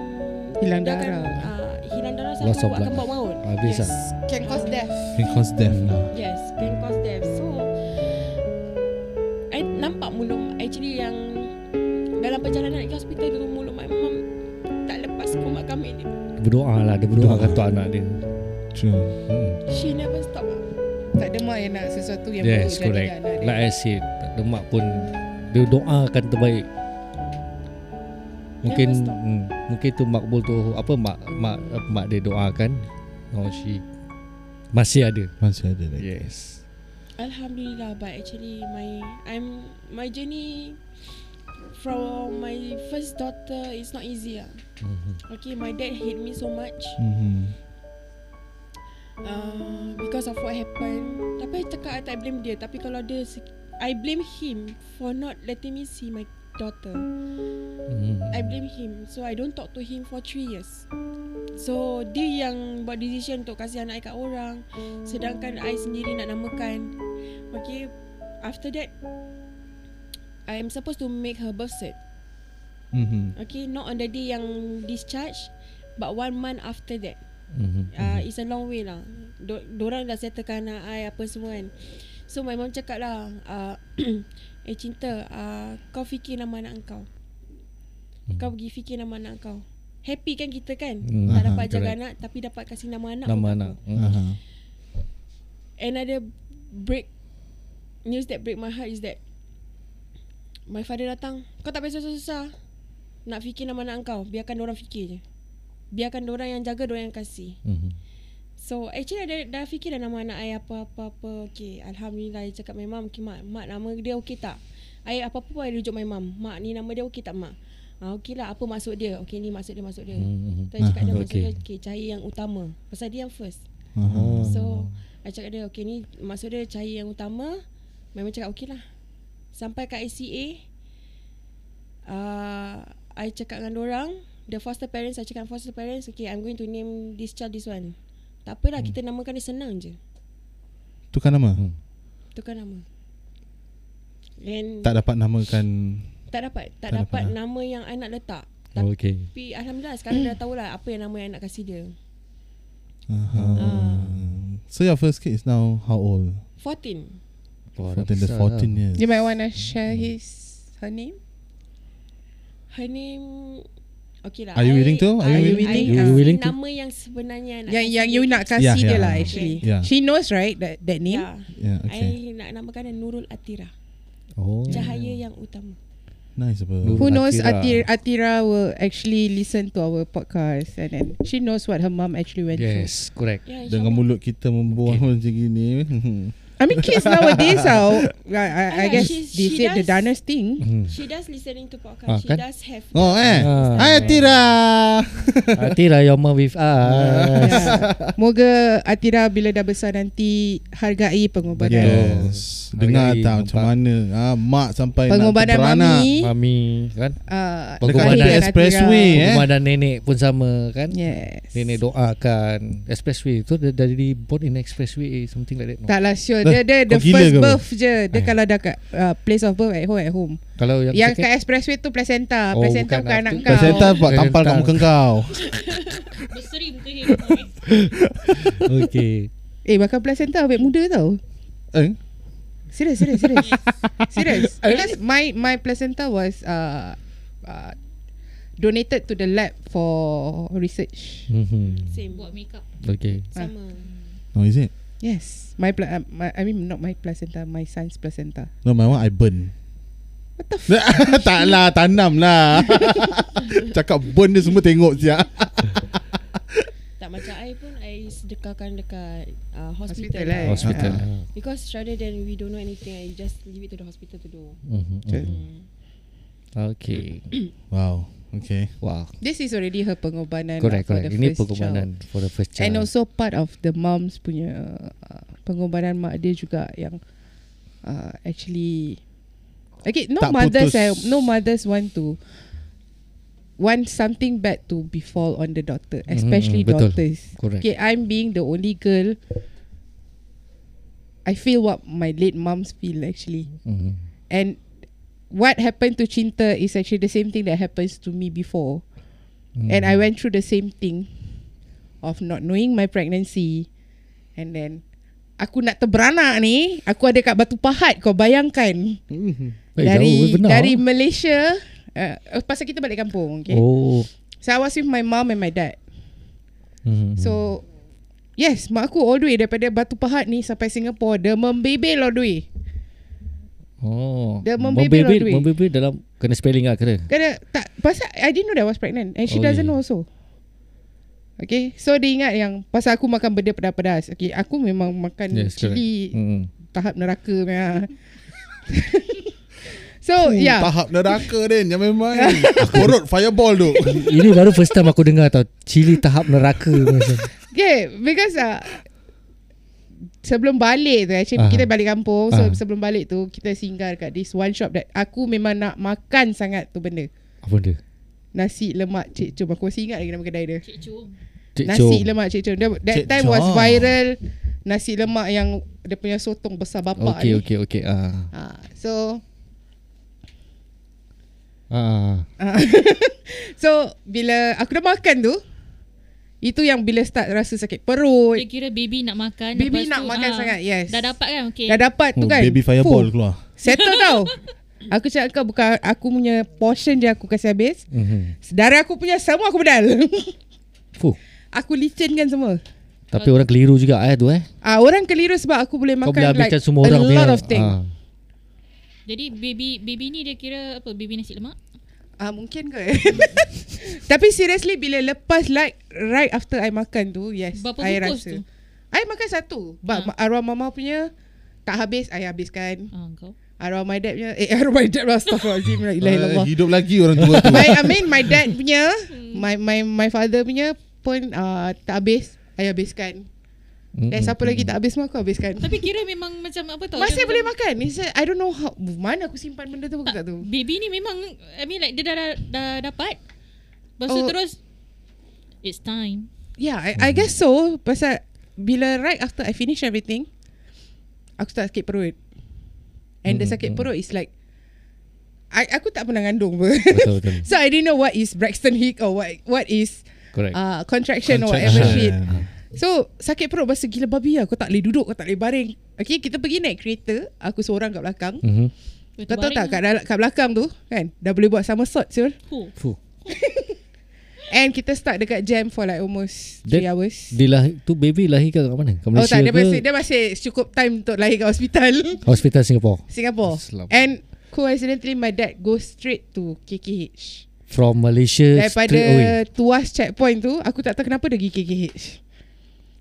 Hilang
dia akan,
darah.
uh, hilang darah sama
Loss of
akan
blood.
buat maut
Habis lah.
Can cause death.
Can cause death lah.
Yes, can cause death. So, I nampak mulut actually yang dalam perjalanan ke hospital tu mulut my mum tak lepas kumat kami dia.
Berdoa lah. Dia berdoa kat Tuhan anak dia.
True.
Hmm.
She never stop.
Tak ada mak yang nak sesuatu yang
Yes,
buruk
correct.
anak dia.
Like I said, demak pun dia doakan terbaik. Mungkin
Never stop.
hmm, mungkin tu makbul tu apa mak mak mak dia doakan. Oh she masih ada.
Masih ada lagi.
Yes.
Alhamdulillah, but actually my I'm my journey from my first daughter is not easy ah. Okay, my dad hate me so much
Mm-hmm.
uh, because of what happened. Tapi I cakap I tak blame dia. Tapi kalau dia, se- I blame him for not letting me see my daughter.
Hmm.
I blame him So I don't talk to him for 3 years So dia yang buat decision untuk kasih anak I kat orang Sedangkan I sendiri nak namakan Okay After that I am supposed to make her birth cert
Mm-hmm.
Okay Not on the day yang discharge But one month after that
Mhm.
uh, It's a long way lah Do- Dorang dah settlekan anak I apa semua kan So my mom cakap lah uh, Eh cinta uh, Kau fikir nama anak kau Kau pergi fikir nama anak kau Happy kan kita kan
Hmm,
Tak
aha,
dapat jaga
correct.
anak Tapi dapat kasih nama anak
Nama
untuk
anak.
kau.
Hmm.
Aha.
Another break News that break my heart is that My father datang Kau tak payah susah-susah Nak fikir nama anak kau Biarkan orang fikir je Biarkan orang yang jaga orang yang kasih
Mhm.
So actually I dah, dah fikir dah nama anak I apa-apa-apa Okay Alhamdulillah I cakap dengan mum okay, mak, mak nama dia okey tak I apa-apa pun I rujuk my mum Mak ni nama dia okey tak mak ah, Okey lah apa maksud dia Okay ni maksud dia maksud dia
Hmm.
Mhm.
Mm-hmm.
So I cakap dia
Aha,
maksud
Uh-huh.
okey.
dia okay, cahaya yang utama Pasal dia yang first
Aha.
Uh-huh. So
Hmm.
I cakap dia okay ni maksud dia cahaya yang utama Memang cakap okey lah Sampai kat ICA uh, I cakap dengan orang The foster parents I cakap dengan foster parents Okay I'm going to name this child this one Tak apalah hmm. kita namakan dia senang je
Tukar nama?
Tukar nama And
Tak dapat namakan
tak dapat
tak
Tak,
dapat,
dapat,
ah.
nama yang I nak letak
Okay.
Tapi Alhamdulillah sekarang dah tahulah apa yang nama yang nak kasih dia Hmm. Ah,
Uh-huh. So your first kid is now how old?
14
Wah, Oh, dah lah.
14, that's
besar
14
dah.
years.
You might want to share his her name.
Her name Okay lah
Are you
I-
willing to? Are you
I-
willing
I-
to? You
I-
willing to?
Nama yang sebenarnya nak
Yang
kasih
yang you
dia.
nak kasih
Yeah,
dia
yeah.
lah actually.
Yeah.
She knows right that that name.
Ya
Yeah, okay.
I nak namakan dia Nurul Atira
Oh.
Cahaya yang utama
Nice apa.
Who knows Atira.
Atira.
Atira will actually listen to our podcast and then she knows what her mom actually went through.
Yes, correct.
Ya
Dengan
insyaAllah.
mulut kita membuang okay. macam gini.
I mean kids nowadays are, I, I, I
Yeah,
guess
she's-
they
she
said the
does.
darnest thing.
Hmm.
She does listening to podcast
Ah,
She
kan?
does have
oh eh.
Ah.
Hai Tira.
Atira, your mom with us.
Yeah. Moga Atira bila dah besar nanti hargai pengobatan.
Yes. Dengar
Hari-hari
tak macam
nampak.
mana ah, Mak sampai
Pengobatan
nak beranak
mami.
Mami, kan?
Uh,
Pengobatan
expressway, Eh?
Rumah dan nenek pun sama, kan?
Yes.
Nenek doakan Expressway Tu dia dah jadi Born in expressway Something like that no?
Tak lah sure
Dah,
Dia, dia the
kau gila
first
ke apa?
birth je Dia kalau dah kat uh, Place of birth at home at home
Kalau yang,
Yang
second-
kat expressway tu Placenta
Oh,
Placenta
bukan
bukan
lah.
anak
Tu
kau
Presenter buat
Parental.
tampal kat muka kau
Berseri muka dia Sorry.
Okay
Eh bahkan placenta awet muda tau
Eh
Serius serius serius Serius Because my my placenta was uh, uh, Donated to the lab For research
mm-hmm.
Same
Buat makeup
Okay
Ah.
Sama
No is it
Yes My, pla- uh, my I mean not my placenta My son's placenta
No my one I burn
What the f-
tak lah Tanam lah Cakap burn dia semua tengok siap
Tak macam I pun I sedekahkan dekat uh,
Hospital,
hospital,
eh.
lah.
Hospital
Ah.
uh,
Because rather than we don't know anything I just leave it to the hospital to do
mm-hmm. Okay
Wow Okay
Wow
This is already her pengorbanan lah
Correct
for the
correct Ini
first child.
pengorbanan For the first child
And also part of the mom's punya uh, pengorbanan mak dia juga yang uh, actually okay no
Tak
mothers eh,
putus.
no mothers want to want something bad to befall on the daughter especially
Mm, betul.
daughters.
Correct.
Okay, I'm being the only girl. I feel what my late moms feel actually.
mm-hmm.
And what happened to Chinta is actually the same thing that happens to me before.
Hmm.
And I went through the same thing of not knowing my pregnancy. And then aku nak terberanak ni, aku ada kat Batu Pahat kau bayangkan.
eh,
dari
jauh, benar.
dari Malaysia uh, pasal kita balik kampung, okay? Oh.
Oh Hmm.
So I was with my mom and my dad.
mm-hmm.
So Yes, mak aku all the way daripada Batu Pahat ni sampai Singapore. Dia membebel all the way.
Oh
Dia membebel all the way.
Membebel dalam Kena spelling lah kena
Kena tak pasal I didn't know that I was pregnant and she
Okay.
okay. doesn't know also. Okay, so dia ingat yang pasal aku makan benda pedas-pedas. Okay, aku memang makan yes, cili
mm-hmm.
tahap neraka memang. so yeah,
Tahap neraka Din Yang memang
Ya.
Korot fireball tu
Ini baru first time aku dengar tau Cili tahap neraka macam.
okay because uh, sebelum balik tu actually
Ah.
uh-huh. kita balik kampung. So
Ah.
sebelum balik tu kita singgah dekat this one shop that aku memang nak makan sangat tu benda.
Apa dia
Nasi lemak cik cum Aku masih ingat lagi nama kedai dia
Cik Chum
Cik
Nasi
Chong.
lemak Cik Chong That, that
Cik
time was
Chong.
viral Nasi lemak yang Dia punya sotong besar bapak
Okay
ni
okay okay Ah
Ha, So
ah.
So Bila aku dah makan tu Itu yang bila start rasa sakit perut
Dia kira baby nak makan
Baby
lepas
nak makan
ah,
sangat, yes.
Dah dapat kan okay.
Dah dapat tu
Oh,
kan
Baby fireball
Fuh,
keluar
Settle tau Aku cakap kau bukan Aku punya portion je aku kasih habis
Mhm.
Sedara aku punya semua aku bedal
Fuh
Aku licinkan semua
Tapi orang keliru juga eh tu eh
Ah Orang keliru sebab aku boleh
Kau
makan
boleh
like
habiskan semua
A
orang punya
lot of thing
ah.
Jadi baby baby ni dia kira apa baby nasi lemak
Ah mungkin ke? Tapi seriously bila lepas like right after I makan tu, yes,
Berapa
I
bungkus
rasa.
tu?
I makan satu. But ha. arwah mama punya tak habis I habiskan.
ah, Kau
Arwah my dad punya eh arwah my dad lah astagfirullahalazim la ilaha
Eh,
illallah.
Hidup lagi orang tua tu
my, I mean my dad punya, my my my father punya pun uh, tak habis, I habiskan.
Mm,
Dan
mm,
siapa
mm.
lagi tak habis semua aku habiskan.
Tapi kira memang macam apa tau
Masih
dia
boleh
macam-
makan. It's a, I don't know how, mana aku simpan benda tu aku tak tahu.
Baby ni memang I mean like dia dah, dah, dah dapat Lepas tu
Oh.
terus It's time
Yeah, I, I
Hmm.
guess so. Pasal bila right after I finish everything,
Hmm,
aku start sakit perut. And the sakit perut is like I, aku tak pernah ngandung pun.
Betul, betul.
so I didn't know what is Braxton Hicks or what what is
Correct.
uh, contraction, contraction or whatever
Contraction.
shit.
Ah.
So sakit perut Bahasa gila babi lah Kau tak boleh duduk Kau tak boleh baring Okay kita pergi naik kereta Aku seorang kat belakang
Mhm.
Kau tahu tak kat, dal- kat belakang tu kan Dah boleh buat somersault Syul
Huh.
Fuh.
And kita start dekat jam For like almost 3
Dia-
hours
Dia lahir, tu baby lahir kat kat mana? Kat
Oh
Malaysia
tak dia
ke?
masih, dia masih cukup time Untuk lahir kat hospital
Hospital Singapore.
Singapore
Selamat.
And coincidentally my dad go straight to KKH
From Malaysia
Daripada
straight away.
tuas checkpoint tu Aku tak tahu kenapa dia pergi KKH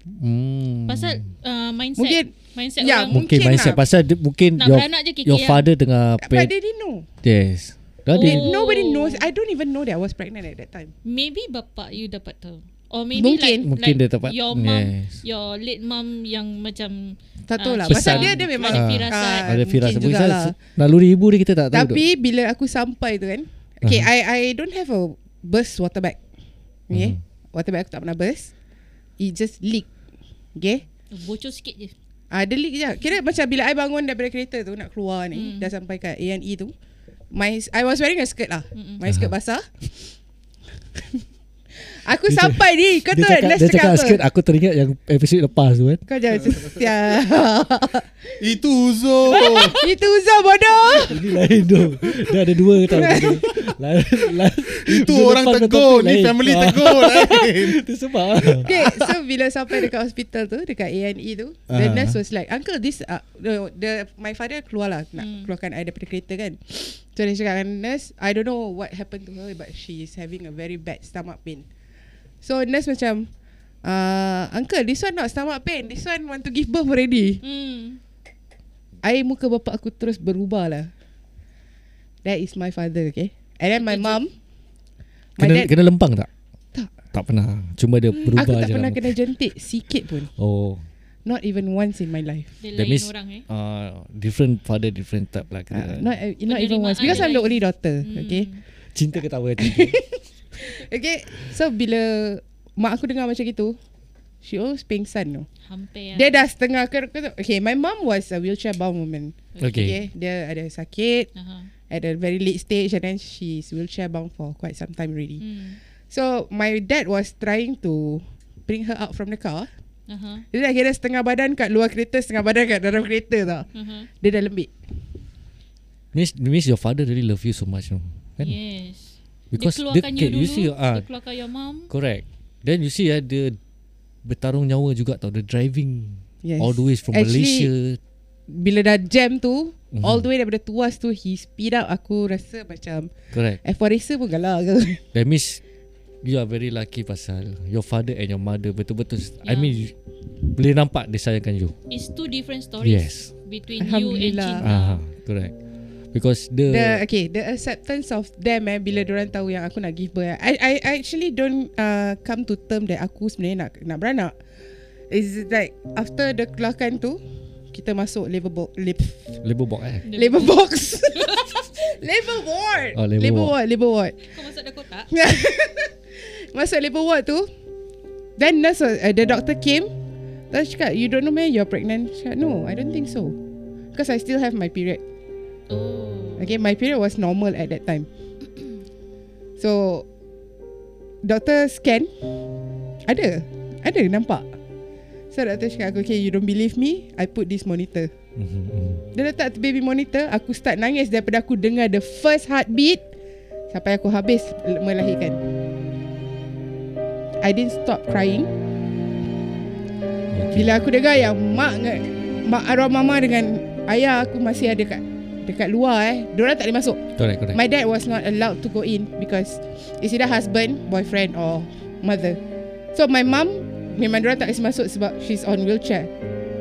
Hmm.
Pasal uh, mindset.
Mungkin
mindset
ya,
orang.
mungkin
mungkin
mindset
lah.
pasal dia, mungkin
Nak
your,
beranak je kiki
your
lah.
father tengah
But
pet.
they didn't know
Yes. Dah
They,
dia.
Oh.
Nobody knows I don't even know that I was pregnant at that time
Maybe bapak you dapat tahu. Or maybe
Mungkin.
like,
Mungkin
like
dia dapat.
Your mum,
Yes.
your late mum yang macam
Tak tahu
Ah,
lah
pesan.
Pasal dia dia memang
Ada
ah,
firasat.
ah,
Ada
mungkin
firasat
jugalah.
Pasal Naluri ibu dia kita tak tahu.
Tapi bila aku sampai tu kan Okay uh-huh. I I don't have a burst water bag Okay uh-huh. Water bag aku tak pernah burst It just leak Okay
bocor sikit je.
Ada Ah, leak je Kira macam bila I bangun daripada kereta tu Nak keluar ni Dah sampai kat A&E tu My I was wearing a skirt lah My skirt basah Aku
Dia
sampai ni Kau
dia
tahu
cakap,
Nas
dia cakap
cakap
skirt
apa
aku teringat yang episode lepas tu kan.
Kau jangan setia
Itu Uzo.
Itu Uzah bodoh
Ini lain tu. Dia ada dua tau. Lain, lain,
Itu
dia
orang
depan kau
tegur.
topik
Ni
lain.
family
Ah,
tegur. eh. lain.
Itu sebab lah.
Okay so bila sampai dekat hospital tu Dekat A&E tu uh. The
Ah.
nurse was like Uncle this uh, the, the, My father keluar lah Nak hmm. keluarkan I daripada kereta kan So dia cakap dengan nurse I don't know what happened to her But she is having a very bad stomach pain So nurse macam uh, Uncle this one not stomach pain This one want to give birth already
Hmm.
I muka bapak aku terus berubah lah That is my father okay And then my mum My
Kena,
dad
kena lempang tak?
Tak.
Tak pernah. Cuma dia berubah
Aku tak
je lah.
pernah
nama.
kena jentik Sikit pun
Oh.
Not even once in my life.
Dia
That
lain
means
orang eh.
uh, different father different type lah.
Uh,
Kena.
not not even once
Penerimaan Hmm.
because I'm the
life.
only daughter. Okay.
cinta ke tak apa cinta.
Okay. So bila mak aku dengar macam gitu, she always pingsan no.
Hampir. lah.
Dia dah setengah ker- ker- Okay, my mum was a wheelchair bound woman.
Okay.
okay. Dia ada sakit
Aha.
at a very late stage and then she's wheelchair bound for quite some time already.
Hmm.
So my dad was trying to bring her out from the car.
Aha.
Dia dah kira setengah badan kat luar kereta, setengah badan kat dalam kereta tau.
Aha.
Dia dah lembik.
Means, means your father really love you so much. No? Kan?
Yes.
Because
dia keluarkan
dia- okay,
you dulu.
you see, ah.
dia keluarkan your mum.
Correct. Then you see ah, dia bertarung nyawa juga tau. Dia driving
Yes.
all the way from
Actually,
Malaysia.
bila dah jam tu mm-hmm. all the way daripada tuas tu he speed up aku rasa macam
Correct.
F1 racer pun galak ke
That means you are very lucky pasal your father and your mother betul-betul. Yeah. I
Yeah.
mean, you, boleh nampak dia sayangkan you.
It's two different stories.
Yes.
Between you and
Alhamdulillah.
Cinta.
Ah, correct. Because the,
the okay the acceptance of them eh bila orang tahu yang aku nak give birth I I, I actually don't uh, come to term that aku sebenarnya nak nak beranak is like after the keluarkan tu kita masuk labour bo- lab,
labor box eh.
labour box labour ward
Oh, labour
labour
ward.
ward labour ward
Kau masuk dah kotak.
Masuk labour ward tu Then nurse was- uh, The doctor came Terus cakap You don't know man You're pregnant She cakap no I don't think so Because I still have my period
Oh.
Okay my period was normal At that time So Doctor scan Ada Ada nampak So doctor cakap aku, Okay you don't believe me I put this monitor
Mhm.
Dia letak baby monitor Aku start nangis Daripada aku dengar The first heartbeat Sampai aku habis Melahirkan I didn't stop crying
Okay.
Bila aku dengar yang Mak dengan- Mak arwah mama dengan Ayah aku masih ada kat Dekat luar eh Diorang tak boleh masuk
correct, correct.
My dad was not allowed to go in Because It's either husband Boyfriend or Mother So my mum Memang diorang tak boleh masuk Sebab she's on wheelchair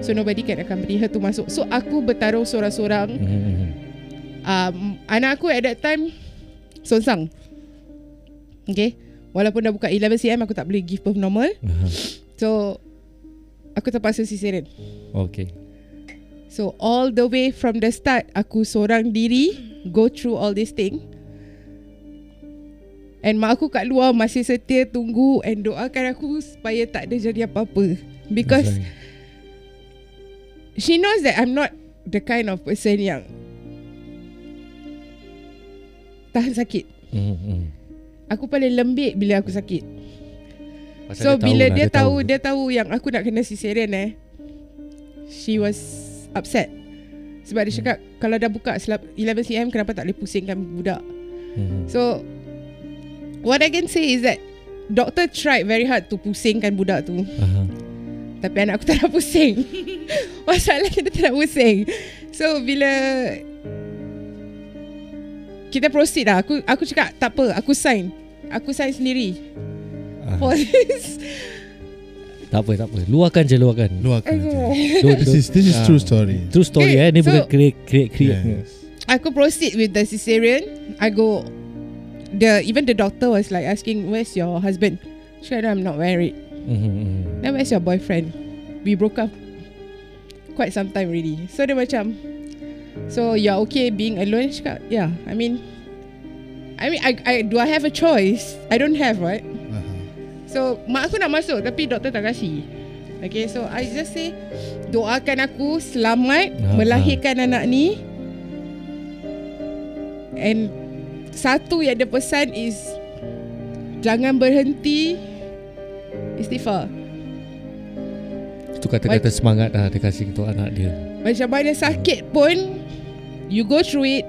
So nobody can accompany her to masuk So aku bertarung seorang-seorang
Mhm.
um, anak aku at that time sonsang. Okay. Walaupun dah buka 11 cm aku tak boleh give birth normal.
Aha.
So aku terpaksa cesarean.
Okay.
So all the way from the start aku seorang diri go through all this thing. And mak aku kat luar masih setia tunggu and doakan aku supaya tak ada jadi apa-apa. Because
Sorry.
she knows that I'm not the kind of person yang tahan sakit.
Mm, mm.
Aku paling lembik bila aku sakit.
Pasal
So
tahu
bila
lah,
dia tahu dia tahu yang aku nak kena cesarean eh She was upset Sebab dia cakap kalau dah buka selap- 11cm kenapa tak boleh pusingkan budak
Mm.
So What I can say is that Doktor tried very hard to pusingkan budak tu
Aha.
Tapi anak aku tak nak pusing Masalah kita tak nak pusing So bila Kita proceed lah Aku, aku cakap tak apa aku sign Aku sign sendiri
Ah.
For this
Tak apa, tak apa. Luahkan je, luahkan.
Luahkan je.
Don't-
This is this is
Ah.
true story.
True story
Okay,
eh. Ni
so-
bukan create create create.
Yes.
Aku proceed with the cesarean. I go. The even the doctor was like asking, "Where's your husband?" She said, "I'm not married."
Mhm, mhm.
Then where's your boyfriend? We broke up quite some time already. So dia macam, so you're okay being alone? She cakap, yeah. I mean, I mean, I, I do I have a choice? I don't have right. So mak aku nak masuk tapi doktor tak kasi. Okay, so I just say doakan aku selamat
Ha,
melahirkan anak ni. And satu yang dia pesan is jangan berhenti istighfar.
Itu kata-kata semangat lah dia kasih untuk anak dia.
Macam mana sakit pun You go through it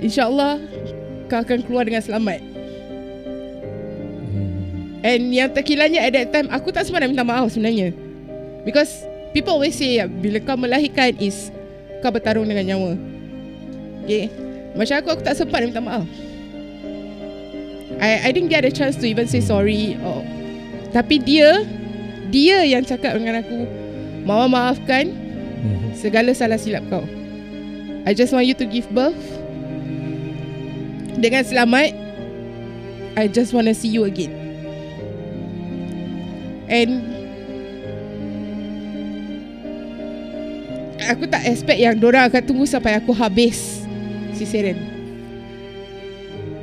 InsyaAllah Kau akan keluar dengan selamat And yang terkilanya at that time Aku tak sempat nak minta maaf sebenarnya Because People always say Bila kau melahirkan is Kau bertarung dengan nyawa Okay Macam aku Aku tak sempat nak minta maaf I, I didn't get a chance to even say sorry or, Tapi dia Dia yang cakap dengan aku Mama maafkan
Mhm.
segala salah silap kau. I just want you to give birth dengan selamat. I just want to see you again. And aku tak expect yang dorang akan tunggu sampai aku habis si Seren.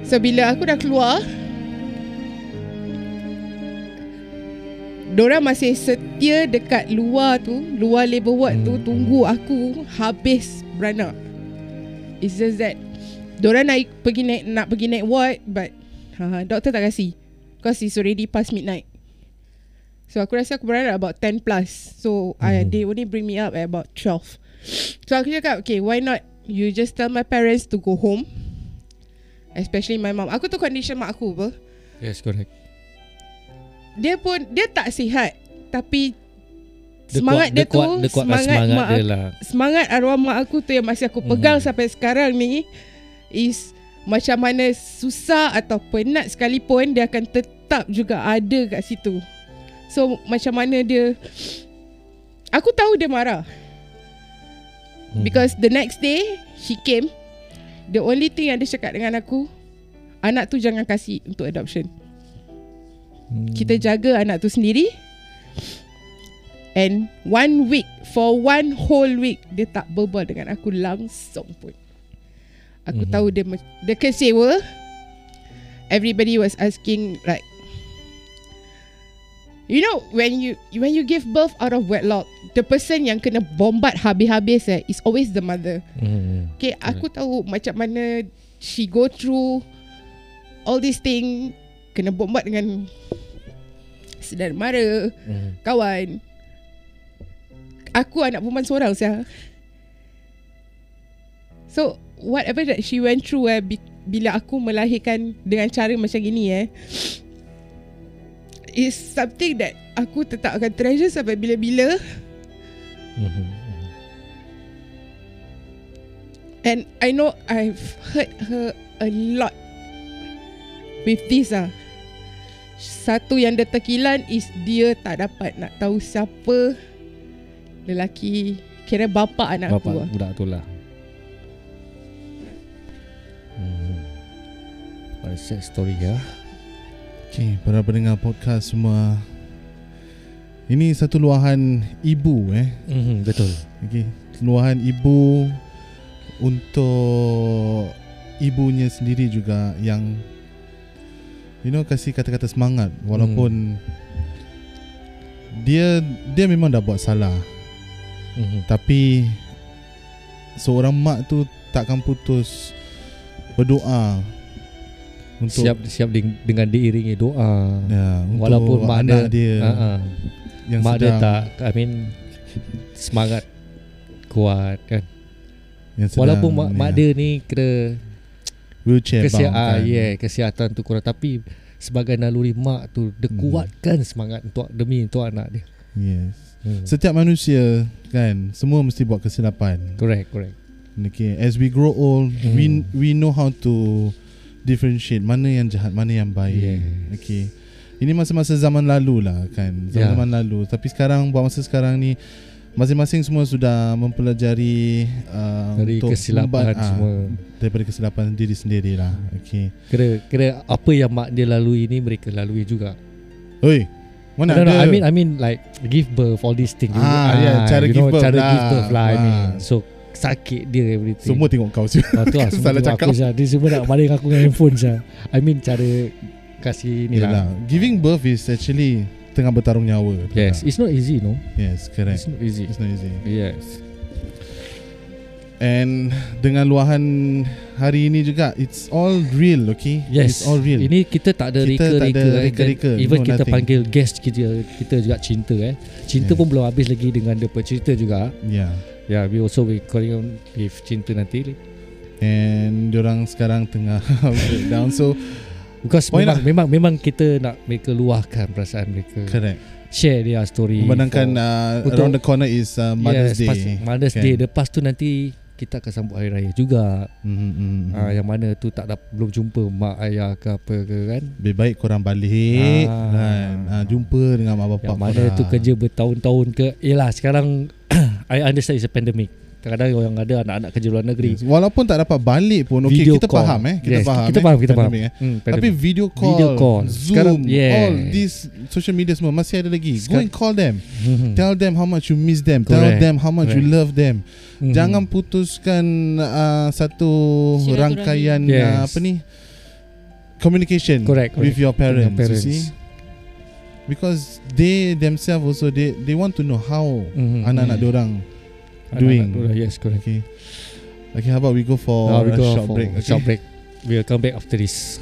So bila aku dah keluar Diorang masih setia dekat luar tu Luar labor ward tu Tunggu aku habis beranak It's just that Diorang nak ik- pergi naik, nak pergi naik ward But uh, Doktor tak kasi Because it's already past midnight So aku rasa aku beranak about 10 plus So I, they only bring me up at about 12 So aku cakap Okay why not You just tell my parents to go home Especially my mom Aku tu condition mak aku apa
Yes, correct.
dia pun dia tak sihat tapi
Dia
semangat
kuat-
dia,
dia kuat-
tu
dia kuatkan semangat
mak
dia
aku-
lah. Hmm.
semangat arwah mak aku tu yang masih aku pegang mm-hmm. sampai sekarang ni is macam mana susah atau penat sekalipun dia akan tetap juga ada kat situ so macam mana dia aku tahu dia marah
Mhm.
because the next day she came the only thing yang dia cakap dengan aku anak tu jangan kasih untuk adoption
Hmm.
kita jaga anak tu sendiri And one week For one whole week Dia tak berbual dengan aku langsung pun Aku
Mhm.
mm-hmm. tahu dia me- Dia kecewa Everybody was asking like You know when you when you give birth out of wedlock the person yang kena bombat habis-habis eh is always the mother.
Mhm.
Okay, aku tahu macam mana she go through all this thing kena bombat dengan saudara mara,
Mhm.
kawan. Aku anak perempuan seorang saya. So, whatever that she went through eh bi- bila aku melahirkan dengan cara macam gini eh is something that aku tetap akan treasure sampai bila-bila.
Mhm.
And I know I've hurt her a lot with this ah. Satu yang dia terkilan is dia tak dapat nak tahu siapa lelaki kira bapa anak
Bapak
aku lah.
budak tu lah. Mhm. What a sad story ya.
Okay, para pendengar podcast semua. Ini satu luahan ibu eh.
Mhm, betul.
Okey, luahan ibu untuk ibunya sendiri juga yang you know kasih kata-kata semangat walaupun Hmm. dia dia memang dah buat salah
Mhm.
tapi seorang mak tu takkan putus berdoa untuk
siap siap ding, dengan diiringi doa.
ya, untuk
Walaupun mak
anak
dia,
dia
uh-uh,
yang
mak dia
sedang
tak I mean semangat kuat kan.
yang sedang,
Walaupun mak, mak
ya,
dia ni kira
wheelchair
kesia
bound,
ah,
kan.
yeah, kesihatan tu kurang tapi sebagai naluri mak tu dia
Hmm.
kuatkan semangat untuk demi untuk anak dia.
Yes.
Hmm.
Setiap manusia kan semua mesti buat kesilapan.
correct, correct.
Okay, as we grow old,
Hmm.
we we know how to differentiate mana yang jahat, mana yang baik.
Yes.
Okay. Ini masa-masa zaman lalu lah kan.
Yeah.
Zaman-zaman lalu. Tapi sekarang buat masa sekarang ni masing-masing semua sudah mempelajari uh,
Dari
untuk
kesilapan
membuat, ah,
semua.
daripada kesilapan diri sendiri lah. Okay.
Kira kira apa yang mak dia lalui ni mereka lalui juga.
Oi, mana
no, no, I
ada?
mean I mean like give birth all these things.
Ah, yeah, cara
you
give
know,
birth
cara
lah.
give birth lah. I mean.
Ah.
So sakit dia everything.
semua tengok kau sih.
Ah, tu lah, semua
salah
tengok
cakap.
Aku, Syah. dia semua nak balik aku dengan handphone saja. I mean cara kasih ni
Yelah.
lah.
Giving birth is actually tengah bertarung nyawa. betul
Yes,
tak?
it's not easy no.
Yes, correct.
It's not easy.
It's not easy.
Yes.
And dengan luahan hari ini juga It's all real okay
Yes.
It's all real
Ini kita tak ada
Kita tak
reka-reka.
ada
eh.
reka-reka.
Even
No,
kita
nothing.
panggil guest kita kita juga cinta eh. Cinta
Yeah.
pun belum habis lagi dengan dia punya cerita juga.
Yeah
Yeah, we also we calling on if cinta nanti.
And diorang sekarang tengah breakdown So
Because
Why
memang, memang memang kita nak mereka luahkan perasaan mereka.
correct
share dia story.
Kan. Memandangkan
for-
uh,
untuk-
around the corner is uh, Mother's
yes,
Day
Pas, Mother's
Kan?
Day lepas tu nanti kita akan sambut hari raya juga.
Mhm, mhm,
Hmm.
mhm.
yang mana tu tak dap, belum jumpa mak ayah ke apa ke kan.
Lebih baik korang balik
Ah.
kan? Ah, Jumpa dengan mak bapak
Yang mana
korang.
tu kerja bertahun-tahun ke. Yelah sekarang I understand it's a pandemic. Kadang-kadang orang ada anak-anak kerja luar negeri.
yes. Walaupun tak dapat balik pun Okay
Video
kita
call.
faham eh Kita
Yes,
faham
Kita
eh,
faham, kita faham.
pandemic, eh.
Hmm,
Tapi
pandemic.
video call,
Video call.
Zoom,
Sekarang- yeah.
all these social media semua masih ada lagi. Go
Sekarang-
and call them.
Mhm.
Tell them how much you miss them. Tell
Correct.
them how much you
Correct.
love them.
Mhm.
Jangan putuskan uh, satu
Silaturahmi.
rangkaian
Yes.
uh, apa ni communication
Correct, correct.
with your parents,
Dengan parents.
You see, because they themselves also they they want to know how
Mhm.
anak-anak
Mhm.
diorang
Anak-anak
doing.
dorang, Yes, correct.
Okay, okay. How about we go for
Now Ah, we
a
go
short
for
break?
Short break. We'll come back after this.